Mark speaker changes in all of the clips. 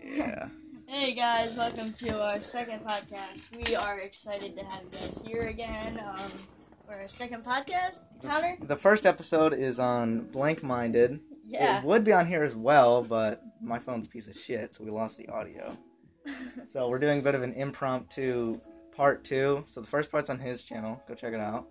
Speaker 1: Yeah.
Speaker 2: Hey guys, welcome to our second podcast. We are excited to have you guys here again um, for our second podcast. Connor?
Speaker 1: The first episode is on Blank Minded.
Speaker 2: Yeah.
Speaker 1: It would be on here as well, but my phone's a piece of shit, so we lost the audio. So we're doing a bit of an impromptu part two. So the first part's on his channel. Go check it out.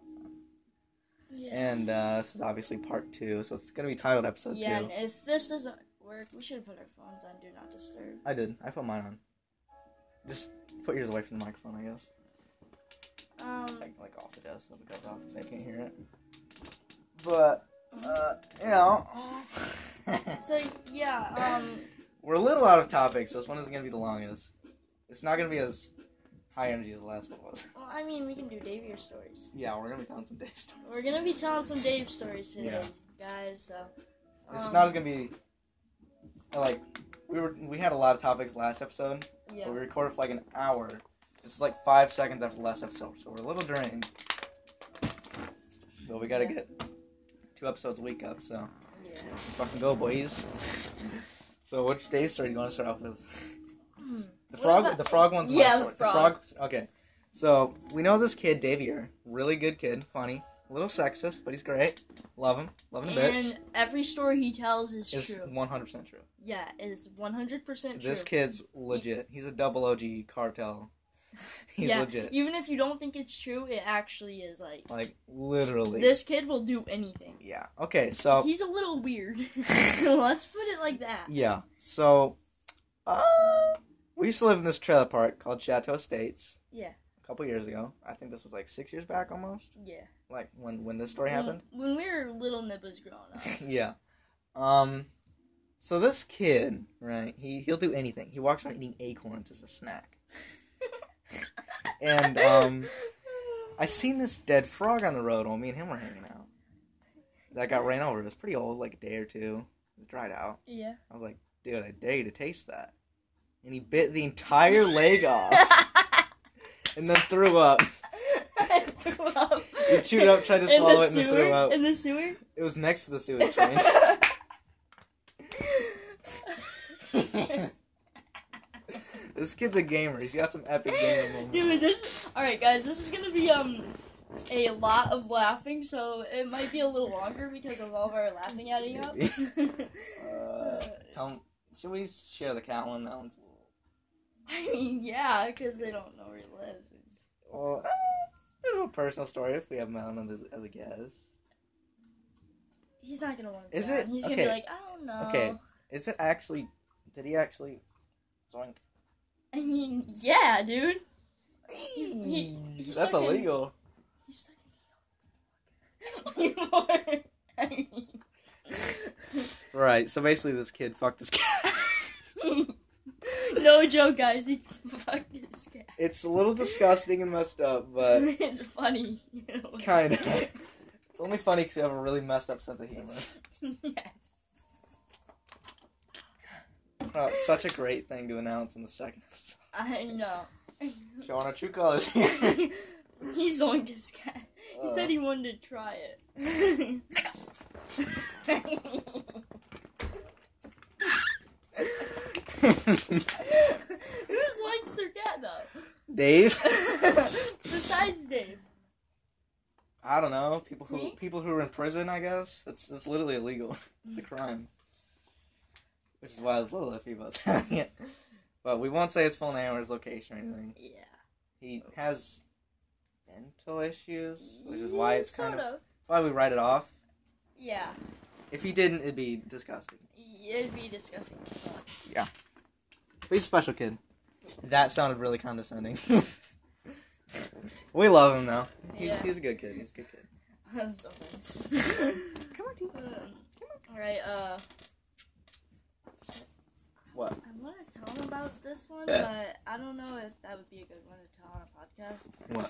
Speaker 2: yeah.
Speaker 1: And uh, this is obviously part two, so it's gonna be titled episode
Speaker 2: yeah,
Speaker 1: two.
Speaker 2: and if this doesn't work, we should put our phones on Do Not Disturb.
Speaker 1: I did. I put mine on. Just put yours away from the microphone, I guess.
Speaker 2: Um,
Speaker 1: Like, like off the desk, so if it goes off, they can't hear it. But uh, you know.
Speaker 2: so, yeah, um,
Speaker 1: We're a little out of topic, so this one is gonna be the longest. It's not gonna be as high energy as the last one was.
Speaker 2: well, I mean, we can do Dave your stories.
Speaker 1: Yeah, we're gonna be telling some Dave stories.
Speaker 2: We're going to be telling some Dave stories today,
Speaker 1: Yeah.
Speaker 2: guys, so.
Speaker 1: It's
Speaker 2: um,
Speaker 1: not as gonna be like we were. We had a lot of topics last episode,
Speaker 2: Yeah.
Speaker 1: but we recorded for like an hour. This is like five seconds after the last episode, so we're a little drained. But we gotta
Speaker 2: Yeah.
Speaker 1: get two episodes a week up, so
Speaker 2: yeah.
Speaker 1: fucking go, boys. so which Dave story do you want to start off with?
Speaker 2: Hmm.
Speaker 1: The
Speaker 2: What
Speaker 1: frog,
Speaker 2: about-
Speaker 1: the frog one's my
Speaker 2: Yeah, the
Speaker 1: story.
Speaker 2: frog.
Speaker 1: the frog. Okay, so we know this kid, Davier, really good kid, funny, a little sexist, but he's great. Love him, love him to bits.
Speaker 2: And every story he tells is
Speaker 1: Is
Speaker 2: true.
Speaker 1: one hundred percent true.
Speaker 2: Yeah, is 100% true.
Speaker 1: This kid's legit. He's a double OG cartel. He's
Speaker 2: Yeah,
Speaker 1: legit.
Speaker 2: Even if you don't think it's true, it actually is. Like
Speaker 1: Like literally.
Speaker 2: this kid will do anything.
Speaker 1: yeah. Okay. So
Speaker 2: He's a little weird. Let's put it like that.
Speaker 1: yeah. So, uh, we used to live in this trailer park called Chateau Estates.
Speaker 2: Yeah.
Speaker 1: A couple years ago. I think this was like six years back almost.
Speaker 2: Yeah.
Speaker 1: Like when when this story
Speaker 2: When-
Speaker 1: happened.
Speaker 2: When, we were little nibbles growing up.
Speaker 1: yeah. Um so this kid, right, he he'll do anything. He walks around eating acorns as a snack. and um I seen this dead frog on the road while me and him were hanging out. That got ran over. It was pretty old, like a day or two. It dried out.
Speaker 2: yeah.
Speaker 1: I was like, dude, I dare you to taste that. And he bit the entire leg off and then threw up. He chewed up, tried to
Speaker 2: In
Speaker 1: swallow
Speaker 2: the
Speaker 1: it, and then
Speaker 2: sewer?
Speaker 1: threw up.
Speaker 2: In the sewer.
Speaker 1: It was next to the sewage train. this kid's a gamer. He's got some epic gamer moments.
Speaker 2: Dude, this. All right, guys, this is gonna be um a lot of laughing, so it might be a little longer because of all of our laughing at each other.
Speaker 1: Uh, tell him, should we share the cat one? That one's a little.
Speaker 2: I mean, yeah, because they don't know where he lives.
Speaker 1: Well, uh, it's a bit of a personal story if we have him on as, as a guest.
Speaker 2: He's not gonna want to.
Speaker 1: Is it?
Speaker 2: He's gonna
Speaker 1: Okay.
Speaker 2: be like, I don't know.
Speaker 1: Okay. Is it actually? Did he actually? Zoink.
Speaker 2: I mean, yeah, dude. he- he's
Speaker 1: That's
Speaker 2: stuck in-
Speaker 1: illegal.
Speaker 2: He's stuck in the office. I mean,
Speaker 1: Right. So basically, this kid fucked this cat.
Speaker 2: no joke, guys. He fucked his cat.
Speaker 1: it's a little disgusting and messed up, but
Speaker 2: it's funny. You know?
Speaker 1: kind of. It's only funny because you have a really messed up sense of humor.
Speaker 2: yes.
Speaker 1: Oh, such a great thing to announce in the second episode.
Speaker 2: I know.
Speaker 1: Showing our true colors here.
Speaker 2: He's on his cat. He said he wanted to try it. Who just likes their cat though?
Speaker 1: Dave.
Speaker 2: Besides Dave.
Speaker 1: I don't know people who
Speaker 2: Me?
Speaker 1: people who are in prison. I guess it's it's literally illegal. It's a crime, which is why I was a little iffy about telling it. But we won't say his full name or his location or anything.
Speaker 2: Yeah.
Speaker 1: He has mental issues, which is why it's kind
Speaker 2: sort
Speaker 1: of why we write it off.
Speaker 2: Yeah.
Speaker 1: If he didn't, it'd be disgusting.
Speaker 2: It'd be disgusting.
Speaker 1: But he's a special kid. That sounded really condescending. we love him though. He's
Speaker 2: Yeah.
Speaker 1: he's a good kid. He's a good kid.
Speaker 2: That's so funny.
Speaker 1: Come on, dude.
Speaker 2: Alright, uh.
Speaker 1: What?
Speaker 2: I want to tell him about this one, but I don't know if that would be a good one to tell on a podcast.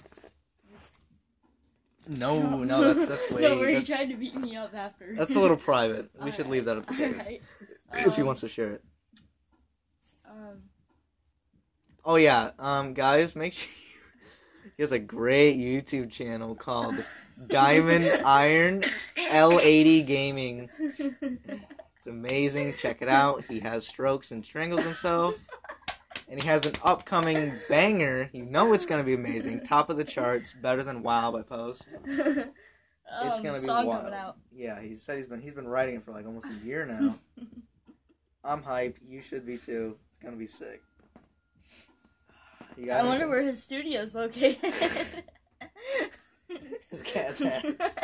Speaker 1: No, Oh, no, that's that's way.
Speaker 2: no, where
Speaker 1: that's-
Speaker 2: he tried to beat me up after.
Speaker 1: That's a little private. We should
Speaker 2: Alright.
Speaker 1: leave that up to David
Speaker 2: Alright.
Speaker 1: if he
Speaker 2: Um,
Speaker 1: wants to share it.
Speaker 2: Um,
Speaker 1: Oh yeah, um, guys, make sure he has a great YouTube channel
Speaker 2: um,
Speaker 1: called Diamond Iron L80 Gaming. It's amazing. Check it out. He has strokes and strangles himself. and he has an upcoming banger. You know it's gonna be amazing. Top of the charts, better than Wow by Post. It's
Speaker 2: Um,
Speaker 1: gonna be
Speaker 2: song
Speaker 1: wild.
Speaker 2: coming out.
Speaker 1: Yeah, he said he's been he's been writing it for like almost a year now. I'm hyped. You should be too. It's gonna be sick. You got
Speaker 2: I wonder
Speaker 1: anything?
Speaker 2: where his studio is located.
Speaker 1: his cat's ass.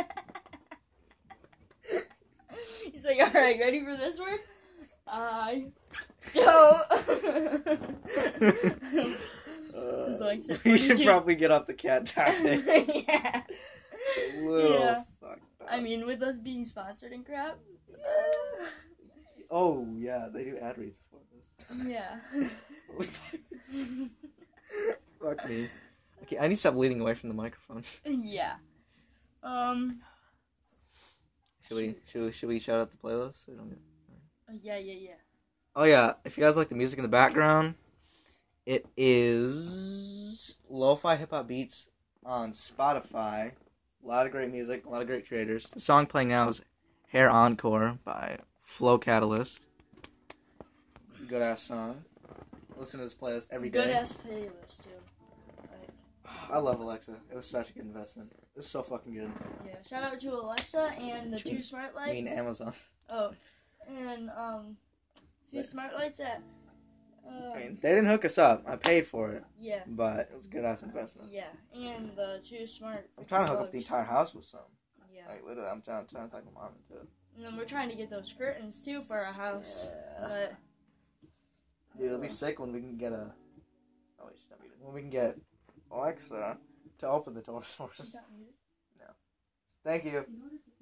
Speaker 2: He's like, all right, ready for this one? I go.
Speaker 1: Uh,
Speaker 2: It's like
Speaker 1: we should
Speaker 2: 42.
Speaker 1: probably get off the cat topic.
Speaker 2: yeah.
Speaker 1: A little
Speaker 2: Yeah.
Speaker 1: fucked up.
Speaker 2: I mean, with us being sponsored and crap.
Speaker 1: oh yeah, they do ad reads for this.
Speaker 2: Yeah.
Speaker 1: Fuck me. Okay, I need to stop leaning away from the microphone.
Speaker 2: yeah. Um.
Speaker 1: Should we should we, should we shout out the playlist? So we don't get...
Speaker 2: Yeah, yeah,
Speaker 1: Oh yeah, if you guys like the music in the background, it is Lo-fi Hip Hop Beats on Spotify. A lot of great music, a lot of great creators. The song playing now is Hair Encore by Flow Catalyst. Good ass song. Listen to this playlist
Speaker 2: yeah.
Speaker 1: every day.
Speaker 2: Good ass playlist too.
Speaker 1: I love Alexa. It was such a good investment. It's so fucking good.
Speaker 2: Yeah. Shout out to Alexa and the
Speaker 1: Should we-
Speaker 2: two smart lights.
Speaker 1: I mean Amazon.
Speaker 2: Oh, and um, two
Speaker 1: Wait.
Speaker 2: smart lights at. Uh,
Speaker 1: I mean, they didn't hook us up. I paid for it,
Speaker 2: yeah,
Speaker 1: but it was a good ass investment.
Speaker 2: yeah, and the two smart.
Speaker 1: I'm trying to hook up the
Speaker 2: plugs.
Speaker 1: entire house with some.
Speaker 2: Yeah,
Speaker 1: Like literally, I'm trying, trying to talk my mom into it.
Speaker 2: and then we're trying to get those curtains too for our house,
Speaker 1: Yeah.
Speaker 2: but
Speaker 1: Dude, it'll be sick when we can get a. Oh, wait, she's not muted. When we can get Alexa to open the doors for
Speaker 2: she's
Speaker 1: us.
Speaker 2: not muted.
Speaker 1: Thank you.
Speaker 3: In order to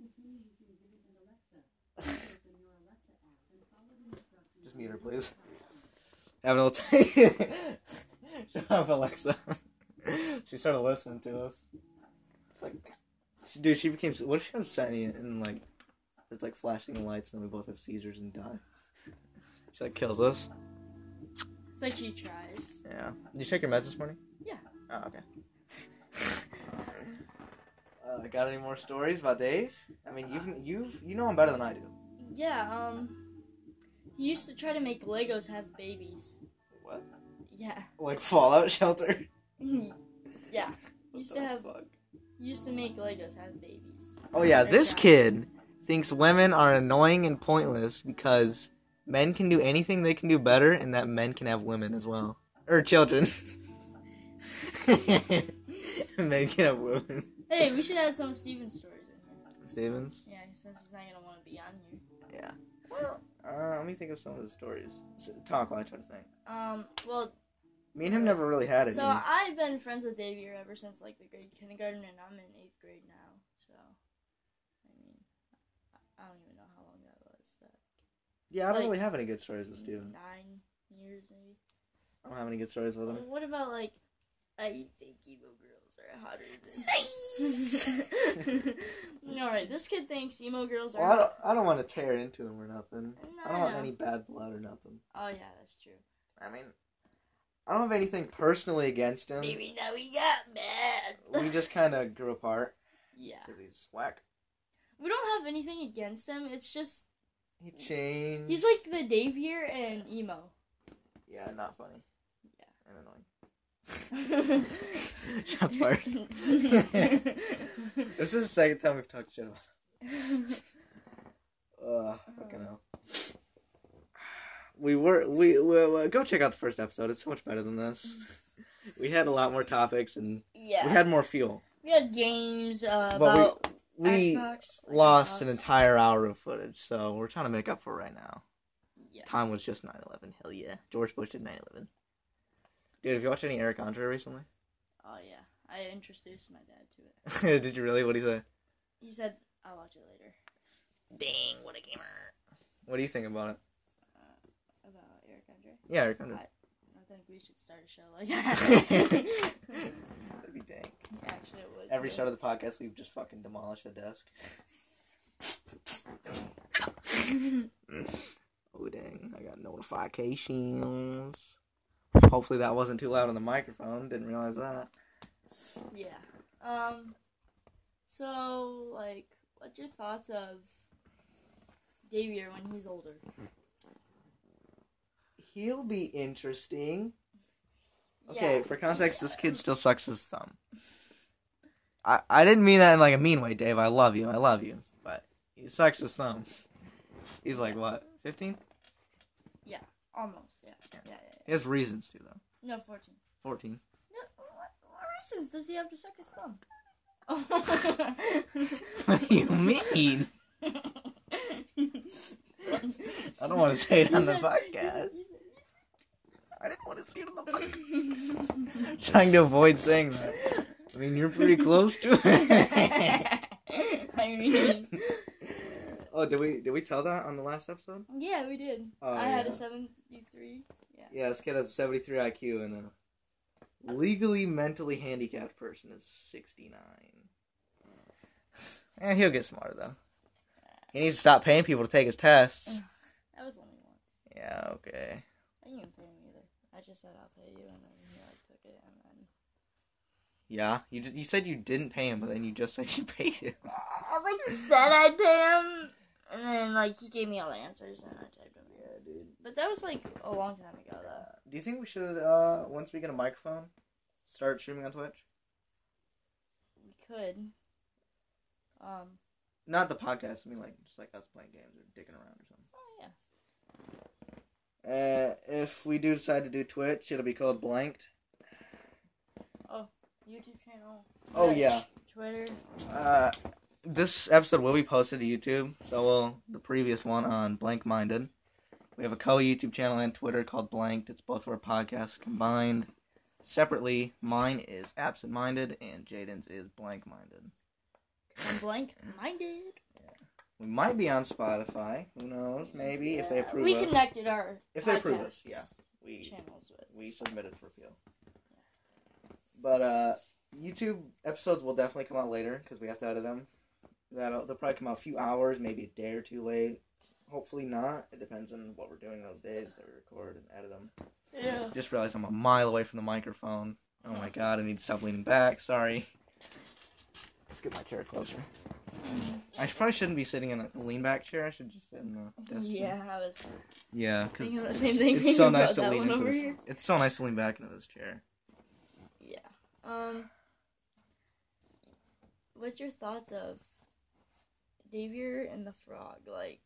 Speaker 3: continue using Vivid and Alexa, please open your Alexa app and follow the instructions.
Speaker 1: Just mute her, please. Have an old time. Shut up, Alexa. she started listening to us. It's like, she, dude, she became. What if she was sending it and like, it's like flashing the lights and we both have seizures and die. She like kills us.
Speaker 2: It's like she tries.
Speaker 1: Yeah. Did you check your meds this morning?
Speaker 2: Yeah.
Speaker 1: Oh, okay. uh, got any more stories about Dave? I mean, you've you've you know him better than I do.
Speaker 2: Yeah, um, he used to try to make Legos have babies.
Speaker 1: What?
Speaker 2: Yeah,
Speaker 1: Like Fallout Shelter?
Speaker 2: yeah,
Speaker 1: What
Speaker 2: Used
Speaker 1: the
Speaker 2: to have-
Speaker 1: fuck?
Speaker 2: he used to make Legos have babies.
Speaker 1: Oh yeah,
Speaker 2: Or
Speaker 1: this
Speaker 2: not.
Speaker 1: kid thinks women are annoying and pointless because men can do anything they can do better, and that men can have women as well or children. men can have women.
Speaker 2: Hey, we should add some Steven stories in here.
Speaker 1: Stevens.
Speaker 2: Yeah, since he's not gonna want to be on here.
Speaker 1: Yeah. Well, uh, let me think of some of the stories. S- Talk while I try to think.
Speaker 2: Um, well,
Speaker 1: Me and him never really had it.
Speaker 2: So I've been friends with Davey ever since like the grade kindergarten, and I'm in eighth grade now. So, I mean, I I don't even know how long that was. That
Speaker 1: yeah, I don't
Speaker 2: like-
Speaker 1: really have any good stories with Steven.
Speaker 2: nine years maybe.
Speaker 1: I don't have any good stories with him.
Speaker 2: What about like? I think emo girls are hotter than. All right, this kid thinks emo girls are.
Speaker 1: Well, I
Speaker 2: hot-
Speaker 1: don't, I don't want to tear into him or nothing. I don't want
Speaker 2: No.
Speaker 1: any bad blood or nothing.
Speaker 2: Oh yeah, that's true.
Speaker 1: I mean, I don't have anything personally against him.
Speaker 2: Maybe now we got mad.
Speaker 1: Um, We just kind of grew apart
Speaker 2: yeah,
Speaker 1: because he's whack.
Speaker 2: we don't have anything against him. It's just
Speaker 1: He changed.
Speaker 2: he's like the Dave here and emo.
Speaker 1: yeah, not funny. Yeah, and annoying.
Speaker 2: Shots
Speaker 1: fired. This is the second time we've talked shit about. Ugh, fucking hell. We were we, we, we go check out the first episode. It's so much better than this. We had a lot more topics and
Speaker 2: yeah.
Speaker 1: we had more fuel.
Speaker 2: games uh,
Speaker 1: But we-
Speaker 2: about
Speaker 1: We
Speaker 2: Xbox. like
Speaker 1: lost an
Speaker 2: Xbox.
Speaker 1: entire hour of footage, so we're trying to make up for it right now.
Speaker 2: Yeah.
Speaker 1: Time was just 9/11. Hell yeah, George Bush did 9/11. Dude, have you watched any Eric Andre recently?
Speaker 2: Oh yeah, I introduced my dad to it.
Speaker 1: did you really? What do you say?
Speaker 2: He said, "I'll watch it later."
Speaker 1: Dang, what a gamer! What do you think about it?
Speaker 2: Uh, about Eric Andre.
Speaker 1: Yeah, Eric Andre.
Speaker 2: I, I think we should start a show like that.
Speaker 1: That'd be dang.
Speaker 2: Actually, it would.
Speaker 1: Every
Speaker 2: too.
Speaker 1: start of the podcast, we've just fucking demolished a desk. oh dang! I got notifications. Hopefully that wasn't too loud on the microphone. Didn't realize that.
Speaker 2: Yeah. Um. So, like, what's your thoughts of Davier when he's older?
Speaker 1: He'll be interesting. Okay, for context, this kid still sucks his thumb. I I didn't mean that in like a mean way, Dave. I love you. I love you. But he sucks his thumb. He's like what, fifteen?
Speaker 2: Almost, yeah. Yeah, yeah, yeah.
Speaker 1: He has reasons to though.
Speaker 2: No, 14.
Speaker 1: Fourteen.
Speaker 2: No, what, what reasons does he have to suck his thumb?
Speaker 1: What do you mean? I don't want to say it on the podcast. I didn't want to see it on the podcast. Trying to avoid saying that. I mean, you're pretty close to it.
Speaker 2: I mean,
Speaker 1: oh, did we did we tell that on the last episode?
Speaker 2: yeah, we did.
Speaker 1: Oh,
Speaker 2: I had
Speaker 1: yeah.
Speaker 2: a 73.
Speaker 1: Yeah, this kid has a 73 IQ and a legally mentally handicapped person is 69. And Eh, he'll get smarter though. He needs to stop paying people to take his tests.
Speaker 2: That was only once.
Speaker 1: Yeah, okay.
Speaker 2: I didn't even pay him either. I just said I'll pay you, and then he like took it, and then
Speaker 1: Yeah, you ju- you said you didn't pay him, but then you just said you paid him.
Speaker 2: I like said I'd pay him, and then like he gave me all the answers, and I typed them.
Speaker 1: Yeah, dude.
Speaker 2: But that was like a long time ago, though.
Speaker 1: Do you think we should uh once we get a microphone, start streaming on Twitch?
Speaker 2: We could. Um.
Speaker 1: Not the podcast. I mean, like just like us playing games or dicking around or something.
Speaker 2: Oh yeah.
Speaker 1: Uh, if we do decide to do Twitch, it'll be called Blanked.
Speaker 2: YouTube channel.
Speaker 1: Oh,
Speaker 2: Twitch,
Speaker 1: yeah.
Speaker 2: Twitter.
Speaker 1: Uh, this episode will be posted to YouTube, so will the previous one on Blank Minded. We have a co YouTube channel and Twitter called Blanked. It's both of our podcasts combined. Separately, mine is Absent Minded and Jaden's is Blank Minded.
Speaker 2: I'm blank minded.
Speaker 1: We might be on Spotify. Who knows? Maybe if they
Speaker 2: Yeah,
Speaker 1: approve
Speaker 2: we
Speaker 1: us.
Speaker 2: connected our
Speaker 1: If they approve us,
Speaker 2: podcast
Speaker 1: yeah. We
Speaker 2: channels with
Speaker 1: we submitted for appeal. But uh, YouTube episodes will definitely come out later because we have to edit them. That'll they'll probably come out a few hours, maybe a day or two late. Hopefully not. It depends on what we're doing those days. that we record and edit them.
Speaker 2: yeah.
Speaker 1: Just realized I'm a mile away from the microphone. Oh my god! I need to stop leaning back. Sorry. Let's get my chair closer. I probably shouldn't be sitting in a lean back chair. I should just sit in the desk. chair.
Speaker 2: Yeah, I was
Speaker 1: Yeah, because
Speaker 2: thinking the
Speaker 1: it's,
Speaker 2: same thing.
Speaker 1: it's
Speaker 2: when
Speaker 1: so
Speaker 2: you
Speaker 1: nice
Speaker 2: brought
Speaker 1: to
Speaker 2: that
Speaker 1: lean
Speaker 2: one
Speaker 1: into
Speaker 2: over
Speaker 1: this.
Speaker 2: here.
Speaker 1: It's so nice to lean back into this chair.
Speaker 2: Yeah. Um. What's your thoughts of Xavier and the Frog? Like,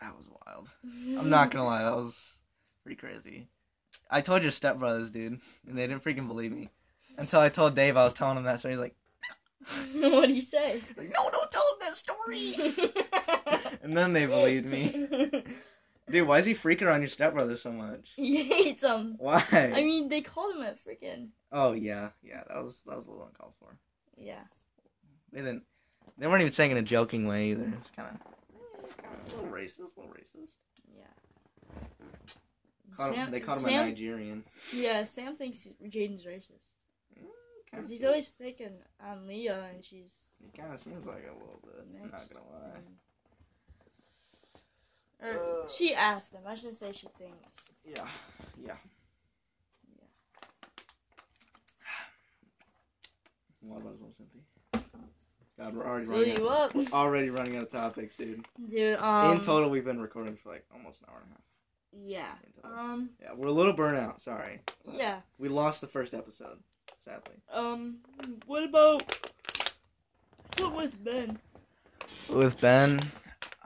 Speaker 1: That was wild. I'm not gonna lie, that was pretty crazy. I told your stepbrothers, dude, and they didn't freaking believe me until I told Dave I was telling him that story. He's like,
Speaker 2: what do you say?
Speaker 1: like, "No, don't tell him that story." and then they believed me, dude. Why is he freaking around your stepbrother so much?
Speaker 2: he hates him.
Speaker 1: Why?
Speaker 2: I mean, they called him a freaking
Speaker 1: oh yeah, yeah, that was that was a little uncalled for.
Speaker 2: yeah.
Speaker 1: They didn't. They weren't even saying it in a joking way either. It's kind of a little racist, a little racist.
Speaker 2: Yeah.
Speaker 1: Caught him, they caught him a
Speaker 2: Sam,
Speaker 1: Nigerian.
Speaker 2: yeah, Sam thinks Jaden's racist.
Speaker 1: Kinda
Speaker 2: Because he's
Speaker 1: seems-
Speaker 2: always picking on Leah, and she's.
Speaker 1: It kind of seems like a little bit. I'm not
Speaker 2: Next.
Speaker 1: gonna lie.
Speaker 2: um, Or
Speaker 1: Uh.
Speaker 2: she asked him. I shouldn't say she thinks.
Speaker 1: Yeah, yeah. What about his little Cynthia? God, we're already
Speaker 2: Blew
Speaker 1: running.
Speaker 2: you
Speaker 1: Out,
Speaker 2: up,
Speaker 1: we're already running out of topics, dude.
Speaker 2: dude. Um,
Speaker 1: In total, we've been recording for like almost an hour and a half.
Speaker 2: Yeah.
Speaker 1: In total.
Speaker 2: Um.
Speaker 1: Yeah, we're a little burnout. Sorry,
Speaker 2: Yeah.
Speaker 1: we lost the first episode, sadly.
Speaker 2: Um. What about what with Ben?
Speaker 1: With Ben,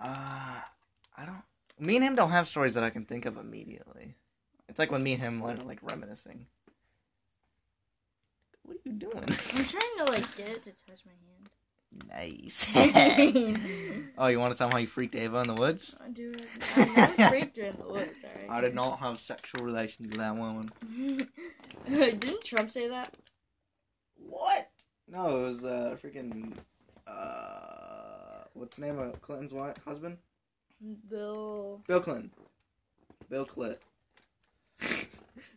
Speaker 1: uh, I don't. Me and him don't have stories that I can think of immediately. It's like when me and him are like reminiscing. What are you doing?
Speaker 2: I'm trying to like get it to touch my hand.
Speaker 1: Nice.
Speaker 2: I
Speaker 1: oh, you want to tell me how you freaked Ava in the woods?
Speaker 2: do. I'm not a freak during the woods. All
Speaker 1: I
Speaker 2: right.
Speaker 1: did not have sexual relations with that woman.
Speaker 2: Didn't Trump say that?
Speaker 1: What? No, it was uh freaking uh what's the name of Clinton's wife, husband?
Speaker 2: Bill.
Speaker 1: Bill Clinton. Bill Clit.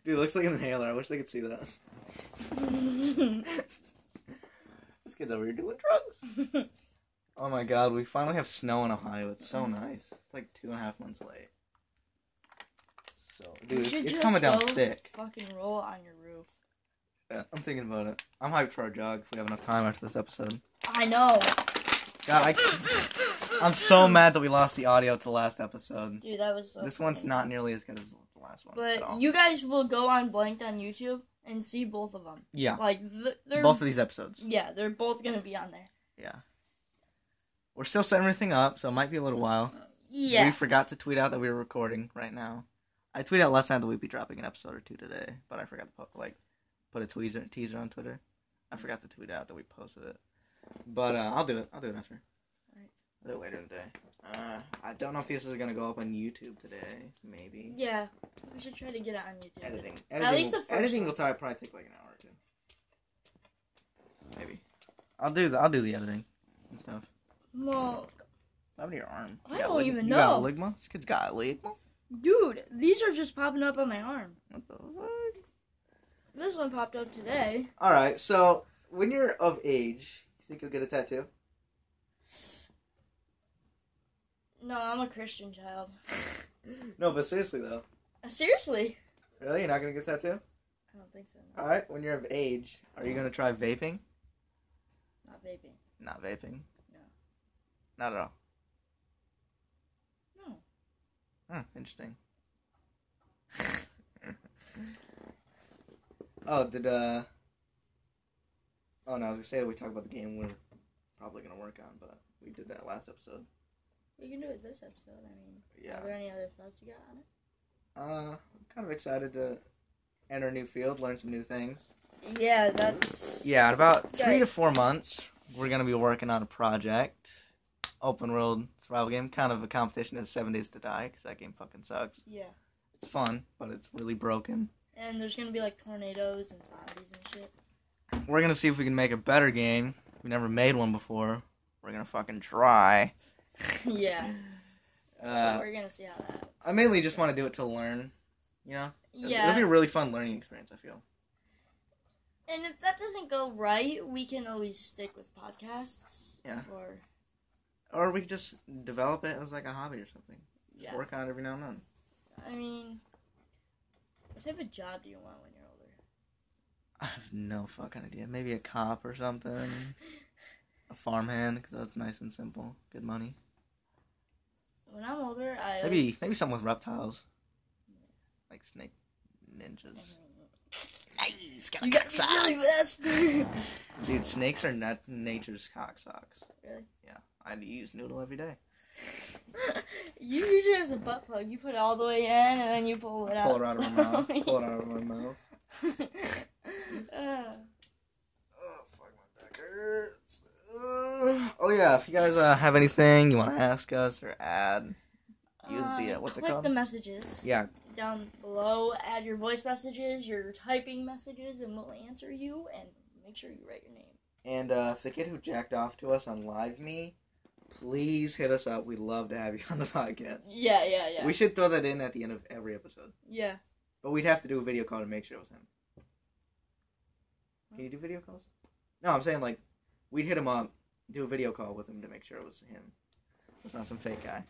Speaker 1: Dude, looks like an inhaler. I wish they could see that. This kid's over here doing drugs. Oh my god, we finally have snow in Ohio. It's so nice. It's like two and a half months late. So,
Speaker 2: You
Speaker 1: dude, it's,
Speaker 2: should
Speaker 1: it's
Speaker 2: just
Speaker 1: coming down
Speaker 2: go
Speaker 1: thick.
Speaker 2: Fucking roll on your roof.
Speaker 1: Yeah, I'm thinking about it. I'm hyped for our jog if we have enough time after this episode.
Speaker 2: I know,
Speaker 1: God, I, I'm so mad that we lost the audio to the last episode.
Speaker 2: dude. That was so.
Speaker 1: This one's
Speaker 2: funny.
Speaker 1: not nearly as good as the last one. at all.
Speaker 2: But you guys will go on Blanked on YouTube and see both of them.
Speaker 1: yeah,
Speaker 2: Like th- they're
Speaker 1: both of these episodes.
Speaker 2: yeah, they're both gonna be on there.
Speaker 1: We're still setting everything up, so it might be a little while.
Speaker 2: Yeah,
Speaker 1: We forgot to tweet out that we were recording right now. I tweeted out last night that we'd be dropping an episode or two today, but I forgot to put, like put a teaser teaser on Twitter. I forgot to tweet out that we posted it. But uh, I'll do it. I'll do it after.
Speaker 2: Alright.
Speaker 1: I'll do it later in the day. Uh, I don't know if this is gonna go up on YouTube today. Maybe
Speaker 2: yeah. We should try to get it on YouTube.
Speaker 1: editing. Editing.
Speaker 2: least
Speaker 1: will,
Speaker 2: the first
Speaker 1: editing will probably, probably take like an hour or two. Maybe. I'll do the I'll do the editing and stuff.
Speaker 2: Well,
Speaker 1: What happened to your arm?
Speaker 2: I
Speaker 1: You got
Speaker 2: don't
Speaker 1: lig-
Speaker 2: even
Speaker 1: you got
Speaker 2: know.
Speaker 1: ligma? This kid's got ligma.
Speaker 2: dude, these are just popping up on my arm.
Speaker 1: What the fuck?
Speaker 2: This one popped up today.
Speaker 1: All right, so when you're of age, you think you'll get a tattoo?
Speaker 2: No, I'm a Christian child.
Speaker 1: No, but seriously though,
Speaker 2: Seriously,
Speaker 1: really, you're not gonna get a tattoo?
Speaker 2: I don't think so. No,
Speaker 1: All right, when you're of age, are you gonna try vaping?
Speaker 2: not vaping.
Speaker 1: Not vaping.
Speaker 2: No.
Speaker 1: Not at all.
Speaker 2: No.
Speaker 1: Huh, Hmm, interesting. oh, did uh? Oh no, I was gonna say we talked about the game we're probably gonna work on, but we did that last episode.
Speaker 2: We can do it this episode. I mean,
Speaker 1: Yeah.
Speaker 2: are there any other thoughts you got on
Speaker 1: Uh, I'm kind of excited to enter a new field, learn some new things.
Speaker 2: it? Yeah, that's
Speaker 1: Yeah, in about three
Speaker 2: Okay.
Speaker 1: to four months, we're gonna be working on a project, open world survival game, kind of a competition of Seven Days to Die, because that game fucking sucks.
Speaker 2: yeah.
Speaker 1: It's fun, but it's really broken.
Speaker 2: And there's gonna be like tornadoes and zombies and shit.
Speaker 1: We're gonna see if we can make a better game. We never made one before. We're gonna fucking try.
Speaker 2: yeah,
Speaker 1: Uh,
Speaker 2: we're gonna see how that.
Speaker 1: I mainly just want to do it to learn. You know, It'll-
Speaker 2: Yeah,
Speaker 1: it'll be a really fun learning experience. I feel.
Speaker 2: and if that doesn't go right, we can always stick with podcasts.
Speaker 1: Yeah.
Speaker 2: Or
Speaker 1: Or we could just develop it as like a hobby or something. Just
Speaker 2: yeah,
Speaker 1: work on it every now and then.
Speaker 2: I mean, what type of job do you want when you're older?
Speaker 1: I have no fucking idea. Maybe a cop or something. a farmhand, because that's nice and simple. Good money.
Speaker 2: When I'm older, I
Speaker 1: Maybe maybe something with reptiles. Like snake ninjas. Nice, gotta
Speaker 2: You got to really fast.
Speaker 1: Dude, snakes are not nature's cocksocks.
Speaker 2: Really?
Speaker 1: Yeah. I'd use noodle every day.
Speaker 2: you use it as a butt plug. You put it all the way in, and then you pull it out.
Speaker 1: Pull it out of my mouth. Pull it out of my mouth.
Speaker 2: Uh,
Speaker 1: Oh, fuck, my back hurts. Uh, oh, yeah, if you guys uh, have anything you want to ask us or add, Use the, uh,
Speaker 2: um,
Speaker 1: what's it
Speaker 2: click
Speaker 1: called?
Speaker 2: the messages.
Speaker 1: yeah,
Speaker 2: down below. Add your voice messages, your typing messages, and we'll answer you. And make sure you write your name.
Speaker 1: And uh, if the kid who jacked off to us on Live Me, please hit us up. We'd love to have you on the podcast.
Speaker 2: Yeah, yeah, yeah.
Speaker 1: We should throw that in at the end of every episode.
Speaker 2: yeah.
Speaker 1: But we'd have to do a video call to make sure it was him. Can you do video calls? No, I'm saying like we'd hit him up, do a video call with him to make sure it was him. It's not some fake guy.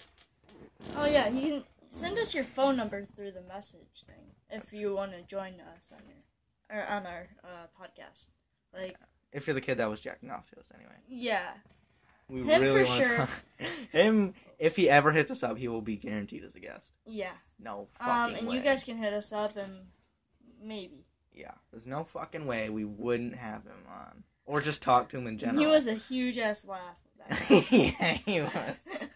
Speaker 2: Oh yeah, you can send us your phone number through the message thing if you want to join us on your or on our uh, podcast. Like
Speaker 1: If you're the kid that was jacking off to us, anyway.
Speaker 2: yeah,
Speaker 1: We
Speaker 2: Him
Speaker 1: really want
Speaker 2: for
Speaker 1: to
Speaker 2: sure.
Speaker 1: talk. him. If he ever hits us up, he will be guaranteed as a guest.
Speaker 2: yeah.
Speaker 1: No fucking
Speaker 2: Um, and
Speaker 1: way.
Speaker 2: you guys can hit us up and maybe
Speaker 1: Yeah, there's no fucking way we wouldn't have him on, or just talk to him in general.
Speaker 2: he was a huge ass laugh.
Speaker 1: yeah, he was.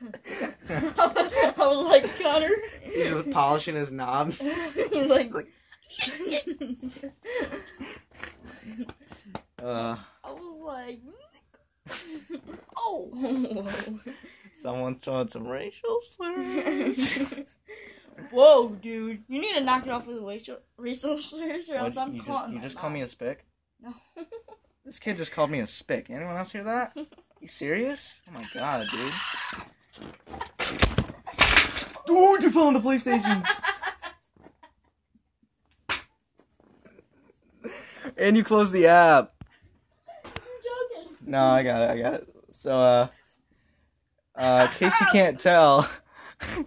Speaker 2: I was like Connor.
Speaker 1: He's just polishing his knob.
Speaker 2: He's like.
Speaker 1: like- Uh,
Speaker 2: I was like, oh,
Speaker 1: someone said some racial slurs.
Speaker 2: whoa, dude! You need to knock it off with racial racial slurs, or else
Speaker 1: Oh,
Speaker 2: I'm
Speaker 1: you
Speaker 2: caught.
Speaker 1: just,
Speaker 2: in
Speaker 1: you
Speaker 2: my
Speaker 1: just call me a spick.
Speaker 2: mouth. no.
Speaker 1: This kid just called me a spick. Anyone else hear that? You serious? Oh my god, dude. Dude, you fell on the PlayStations. and you closed the app.
Speaker 2: You're joking.
Speaker 1: No, I got it. I got it. So, uh, uh, in case you can't tell,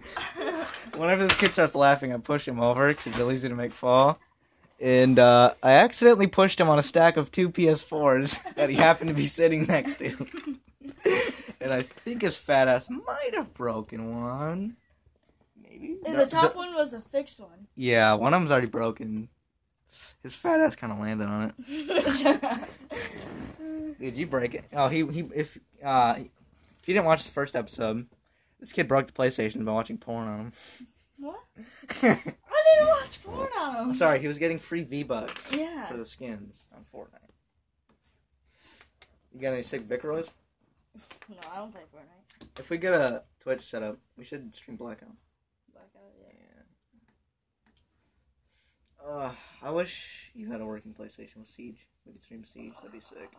Speaker 1: whenever this kid starts laughing, I push him over because he's really easy to make fall. And uh, I accidentally pushed him on a stack of two PS4s that he happened to be sitting next to. and I think his fat ass might have broken one. Maybe.
Speaker 2: And
Speaker 1: No,
Speaker 2: the top
Speaker 1: d-
Speaker 2: one was a fixed one.
Speaker 1: Yeah, one of them's already broken. His fat ass kind of landed on it. Did you break it? Oh, he he. If uh, if you didn't watch the first episode, this kid broke the PlayStation by watching porn on
Speaker 2: what?
Speaker 1: him.
Speaker 2: I didn't watch porn on them.
Speaker 1: Sorry, he was getting free V bucks
Speaker 2: Yeah.
Speaker 1: for the skins on Fortnite. You got any sick Vicaroys?
Speaker 2: No, I don't play Fortnite.
Speaker 1: If we get a Twitch setup, we should stream Blackout.
Speaker 2: Blackout, yeah.
Speaker 1: Uh, I wish you had a working PlayStation with Siege. We could stream Siege. That'd be sick.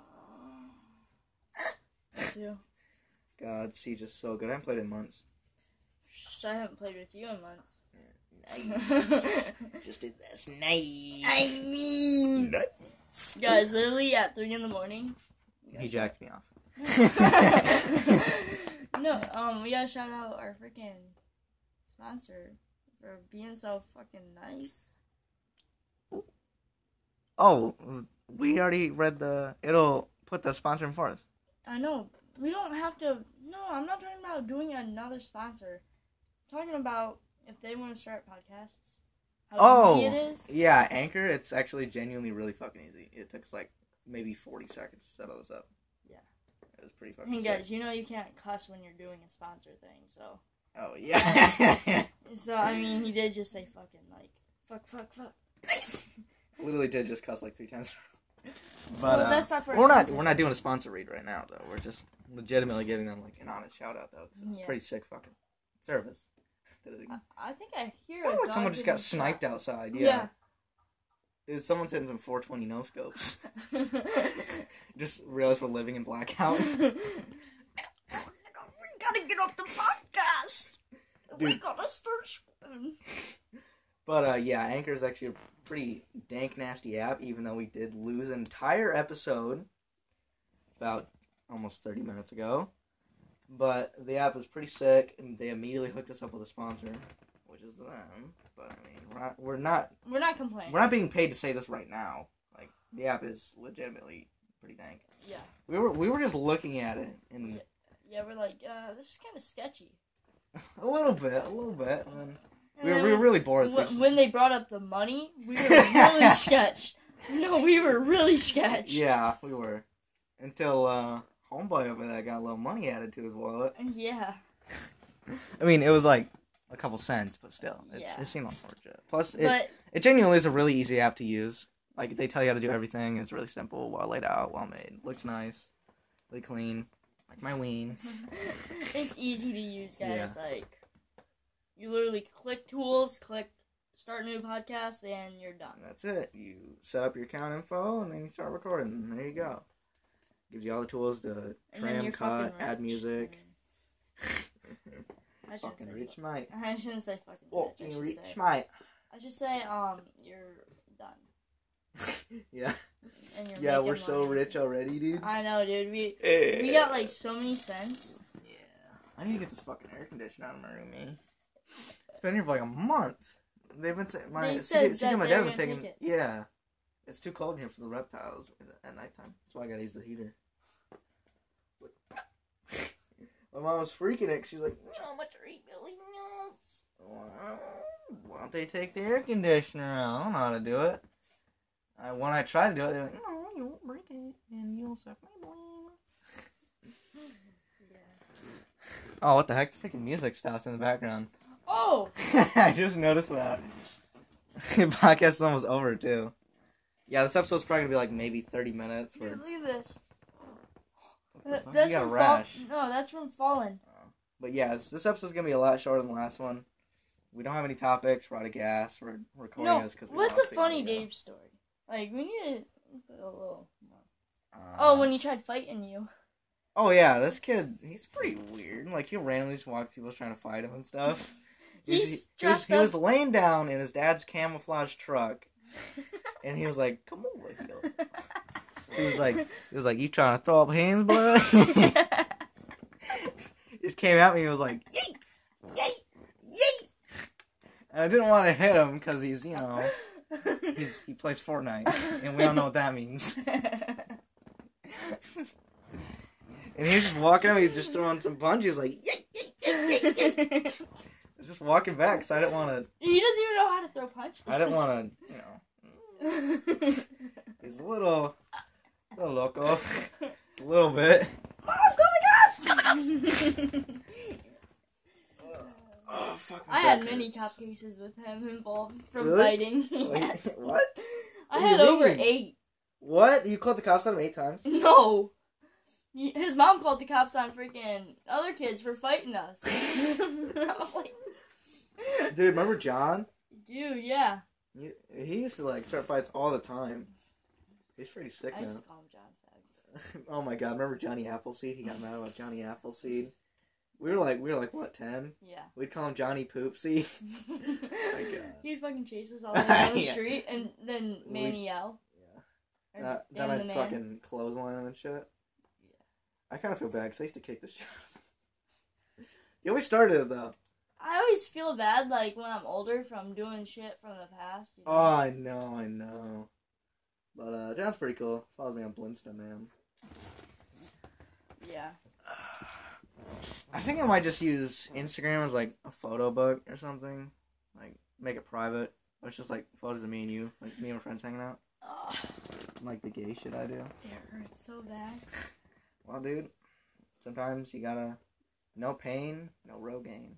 Speaker 2: I do.
Speaker 1: God, Siege is so good. I haven't played it in months.
Speaker 2: Shh, I haven't played with you in months.
Speaker 1: Just did this. Nice.
Speaker 2: I mean, guys, literally at three in the morning.
Speaker 1: He jacked me off.
Speaker 2: no, um, we gotta shout out our freaking sponsor for being so fucking nice.
Speaker 1: oh, we already read the. It'll put the sponsor in for us.
Speaker 2: I know we don't have to. No, I'm not talking about doing another sponsor. I'm talking about if they want to start podcasts. How
Speaker 1: Oh.
Speaker 2: easy it is.
Speaker 1: Yeah, Anchor, it's actually genuinely really fucking easy. It took us like maybe 40 seconds to set all this up.
Speaker 2: Yeah.
Speaker 1: It was pretty fucking
Speaker 2: Hey
Speaker 1: sick.
Speaker 2: guys, you know you can't cuss when you're doing a sponsor thing, so.
Speaker 1: Oh, yeah.
Speaker 2: So I mean, he did just say fucking like fuck, fuck, fuck.
Speaker 1: nice. Literally did just cuss like three times. But
Speaker 2: well,
Speaker 1: uh,
Speaker 2: that's not for a
Speaker 1: we're not
Speaker 2: sponsor.
Speaker 1: we're not doing a sponsor read right now though. We're just legitimately giving them like an honest shout out though, 'cause it's
Speaker 2: Yeah.
Speaker 1: pretty sick fucking service.
Speaker 2: I, I think I hear.
Speaker 1: Sounded
Speaker 2: a
Speaker 1: like someone
Speaker 2: dog
Speaker 1: just
Speaker 2: getting
Speaker 1: got sniped
Speaker 2: shot.
Speaker 1: outside. Yeah. dude, someone's hitting some 420 no scopes. just realized we're living in blackout.
Speaker 2: Yeah.
Speaker 1: we gotta get off the podcast. Dude.
Speaker 2: gotta start swimming.
Speaker 1: But uh, yeah, Anchor is actually a pretty dank, nasty app. Even though we did lose an entire episode about almost thirty minutes ago, but the app was pretty sick, and they immediately hooked us up with a sponsor, which is them. But I mean, we're not we're not,
Speaker 2: We're not complaining.
Speaker 1: we're not being paid to say this right now. Like the app is legitimately pretty dank.
Speaker 2: Yeah,
Speaker 1: We were we were just looking at it and
Speaker 2: yeah, we're like, uh, this is kind of sketchy.
Speaker 1: a little bit, a little bit, and then
Speaker 2: And
Speaker 1: we were,
Speaker 2: then
Speaker 1: we were really bored. So we
Speaker 2: when,
Speaker 1: just-
Speaker 2: when they brought up the money, we were really sketched. No, we were really sketched.
Speaker 1: Yeah, we were. Until uh homeboy over there got a little money added to his wallet.
Speaker 2: Yeah.
Speaker 1: I mean, it was like a couple cents, but still, it's,
Speaker 2: Yeah.
Speaker 1: it seemed unfortunate. Plus, it,
Speaker 2: But
Speaker 1: it genuinely is a really easy app to use. Like they tell you how to do everything. It's really simple, well laid out, well made, looks nice, really clean, like my ween.
Speaker 2: it's easy to use, guys. Like, you literally click tools, click start new podcast, and you're done.
Speaker 1: And that's it. You set up your account info, and then you start recording. And there you go. Gives you all the tools to
Speaker 2: And then
Speaker 1: trim,
Speaker 2: you're
Speaker 1: cut,
Speaker 2: fucking
Speaker 1: add
Speaker 2: rich.
Speaker 1: music.
Speaker 2: I, mean, I shouldn't
Speaker 1: fucking
Speaker 2: say.
Speaker 1: reach my.
Speaker 2: fu- I shouldn't say fucking
Speaker 1: Well,
Speaker 2: rich. I
Speaker 1: you
Speaker 2: should
Speaker 1: reach
Speaker 2: say-
Speaker 1: my.
Speaker 2: I should say, um, you're done.
Speaker 1: Yeah.
Speaker 2: And you're
Speaker 1: Yeah,
Speaker 2: making
Speaker 1: we're so
Speaker 2: money.
Speaker 1: rich already, dude.
Speaker 2: I know, dude. We we got like so many cents.
Speaker 1: Yeah. I need to get this fucking air conditioner out of my room, man. It's been here for like a month. They've been saying my
Speaker 2: They
Speaker 1: CJ
Speaker 2: said
Speaker 1: CJ
Speaker 2: that
Speaker 1: and my
Speaker 2: they
Speaker 1: dad
Speaker 2: were
Speaker 1: been
Speaker 2: gonna
Speaker 1: taking
Speaker 2: take it.
Speaker 1: yeah. It's too cold in here for the reptiles at nighttime. That's why I gotta use the heater. My mom was freaking it. 'cause She's like, "How much are you billion Well, why don't they take the air conditioner out? I don't know how to do it." I, when I tried to do it, they're like, "No, you won't break it, and you'll suffer my blame."
Speaker 2: Yeah.
Speaker 1: Oh, what the heck? The freaking music stopped in the background.
Speaker 2: Oh,
Speaker 1: I just noticed that. the podcast is almost over, too. Yeah, this episode's probably gonna be like maybe 30 minutes.
Speaker 2: dude,
Speaker 1: We're,
Speaker 2: look at this.
Speaker 1: What the
Speaker 2: Th-
Speaker 1: fuck?
Speaker 2: That's
Speaker 1: you got a
Speaker 2: from
Speaker 1: rash.
Speaker 2: Fall- no, that's from Fallen.
Speaker 1: But yeah, this, this episode's gonna be a lot shorter than the last one. We don't have any topics. We're out of gas. We're recording
Speaker 2: No,
Speaker 1: this because we
Speaker 2: what's
Speaker 1: lost
Speaker 2: a
Speaker 1: the
Speaker 2: funny
Speaker 1: audio.
Speaker 2: Dave story? Like we need to put a little. more-
Speaker 1: Uh,
Speaker 2: Oh, when he tried fighting you.
Speaker 1: oh yeah, this kid, he's pretty weird. Like he randomly just walks people trying to fight him and stuff. He was-
Speaker 2: He's
Speaker 1: he was,
Speaker 2: dressed
Speaker 1: he was
Speaker 2: up.
Speaker 1: laying down in his dad's camouflage truck, and he was like, "Come over here." He was like, he was like, you trying to throw up hands, blood? he just came at me and was like, yeet, yeet, yeet. And I didn't want to hit him because he's, you know, he's he plays Fortnite, and we all know what that means. And he's just walking up, he's just throwing some punches, like, yeet, yeet, yeet, yeet, yeet. just walking back, so I didn't want to.
Speaker 2: He doesn't even know how to throw punches.
Speaker 1: I didn't want to. You know,
Speaker 2: to.
Speaker 1: he's a little, little loco, a little bit. Oh fuck! my
Speaker 2: I had
Speaker 1: back
Speaker 2: many
Speaker 1: hurts.
Speaker 2: cop cases with him involved from
Speaker 1: Really?
Speaker 2: fighting.
Speaker 1: Like,
Speaker 2: Yes.
Speaker 1: what?
Speaker 2: I
Speaker 1: What do you
Speaker 2: had over
Speaker 1: mean?
Speaker 2: eight.
Speaker 1: What? You called the cops on him eight times?
Speaker 2: No. He- His mom called the cops on freaking other kids for fighting us. I was like,
Speaker 1: Dude, remember John?
Speaker 2: dude, yeah.
Speaker 1: He he used to like start fights all the time. He's pretty sick
Speaker 2: I used
Speaker 1: now.
Speaker 2: to call him John Fag.
Speaker 1: oh my god! Remember Johnny Appleseed? He got mad about Johnny Appleseed. We were like, we were like, what ten?
Speaker 2: Yeah.
Speaker 1: We'd call him Johnny Poopsie. God.
Speaker 2: He'd fucking chase us all down the
Speaker 1: Yeah.
Speaker 2: street and then
Speaker 1: We-
Speaker 2: Manny yell. Or
Speaker 1: Uh, then
Speaker 2: Dan the
Speaker 1: I'd
Speaker 2: man.
Speaker 1: fucking clothesline him and shit. I kind of feel bad because I used to kick the shit. out of him. yeah, we started it, though.
Speaker 2: I always feel bad, like, when I'm older from doing shit from the past. You know?
Speaker 1: Oh, I know, I know. But uh, John's pretty cool. Follows me on Instagram.
Speaker 2: Yeah.
Speaker 1: I think I might just use Instagram as like a photo book or something. Like make it private. Or it's just like photos of me and you, like me and my friends hanging out.
Speaker 2: Ugh,
Speaker 1: Like the gay shit I do.
Speaker 2: it hurts so bad.
Speaker 1: Well, dude, sometimes you gotta no pain, no Rogaine.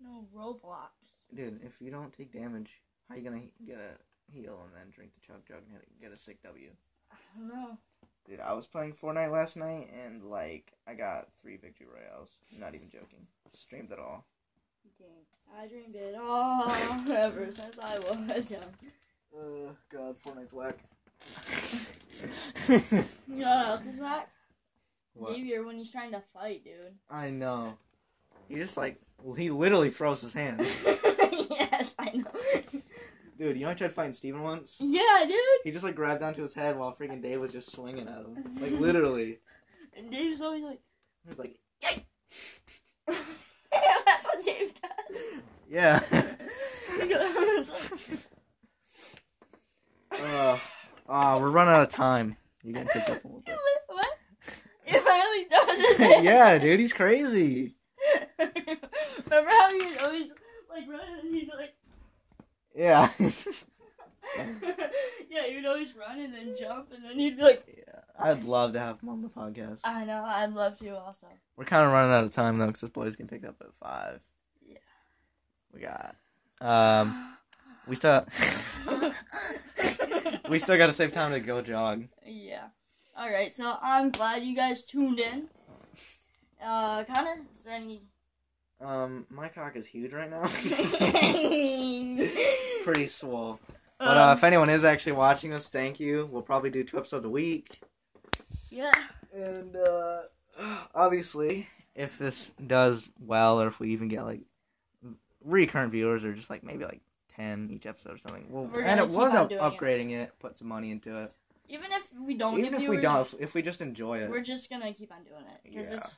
Speaker 2: No Roblox.
Speaker 1: Dude, if you don't take damage, how you gonna he- get a heal and then drink the chug jug and hit- get a sick W?
Speaker 2: I don't know.
Speaker 1: Dude, I was playing Fortnite last night and like I got three victory royales. I'm not even joking. Streamed it all.
Speaker 2: Dang. I dreamed it all ever since I was young.
Speaker 1: Uh, God, Fortnite's whack.
Speaker 2: You know what else is whack?
Speaker 1: what?
Speaker 2: Xavier when he's trying to fight, dude.
Speaker 1: I know. He just like he literally throws his hands.
Speaker 2: yes, I know.
Speaker 1: Dude, you know I tried fighting Steven once.
Speaker 2: yeah, dude.
Speaker 1: He just like grabbed onto his head while freaking Dave was just swinging at him. Like literally.
Speaker 2: And Dave's always like,
Speaker 1: He was like,
Speaker 2: that's what Dave does.
Speaker 1: yeah. uh, uh, we're running out of time. You getting picked up a little
Speaker 2: He
Speaker 1: bit.
Speaker 2: li- what? He literally does it.
Speaker 1: yeah, dude, he's crazy.
Speaker 2: Remember how he would always like run and he'd like
Speaker 1: Yeah.
Speaker 2: yeah, he would always run and then jump and then he'd be like
Speaker 1: I'd love to have him on the podcast.
Speaker 2: I know, I'd love to also.
Speaker 1: We're kind of running out of time though, because this boy's getting picked up at five.
Speaker 2: Yeah.
Speaker 1: We got. Um, we still we still gotta save time to go jog.
Speaker 2: Yeah. Alright, so I'm glad you guys tuned in. Uh Connor, is there any
Speaker 1: Um, my cock is huge right now. Pretty swole. But uh,
Speaker 2: Um,
Speaker 1: if anyone is actually watching this, thank you. We'll probably do two episodes a week.
Speaker 2: Yeah.
Speaker 1: And uh, obviously, if this does well, or if we even get like recurrent viewers, or just like maybe like ten each episode or something, we'll
Speaker 2: We're
Speaker 1: end
Speaker 2: gonna
Speaker 1: up we'll
Speaker 2: keep
Speaker 1: end
Speaker 2: on
Speaker 1: up
Speaker 2: doing it.
Speaker 1: upgrading it. put some money into it.
Speaker 2: Even if we don't
Speaker 1: even
Speaker 2: get
Speaker 1: if we
Speaker 2: viewers,
Speaker 1: don't, if, if we just enjoy it,
Speaker 2: we're just gonna keep on doing it because
Speaker 1: Yeah.
Speaker 2: it's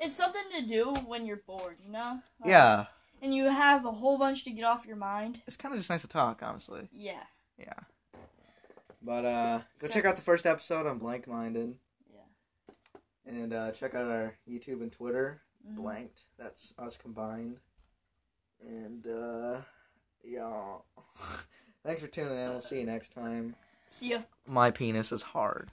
Speaker 2: it's something to do when you're bored, you know. Like,
Speaker 1: yeah,
Speaker 2: And you have a whole bunch to get off your mind.
Speaker 1: it's kind of just nice to talk, honestly.
Speaker 2: Yeah.
Speaker 1: Yeah. But uh, go
Speaker 2: So-
Speaker 1: check out the first episode on Blank Minded. Yeah. And uh, check out our YouTube and Twitter,
Speaker 2: Mhm.
Speaker 1: Blanked. That's us combined. And uh, y'all, thanks for tuning in. We'll see you next time.
Speaker 2: See ya.
Speaker 1: My penis is hard.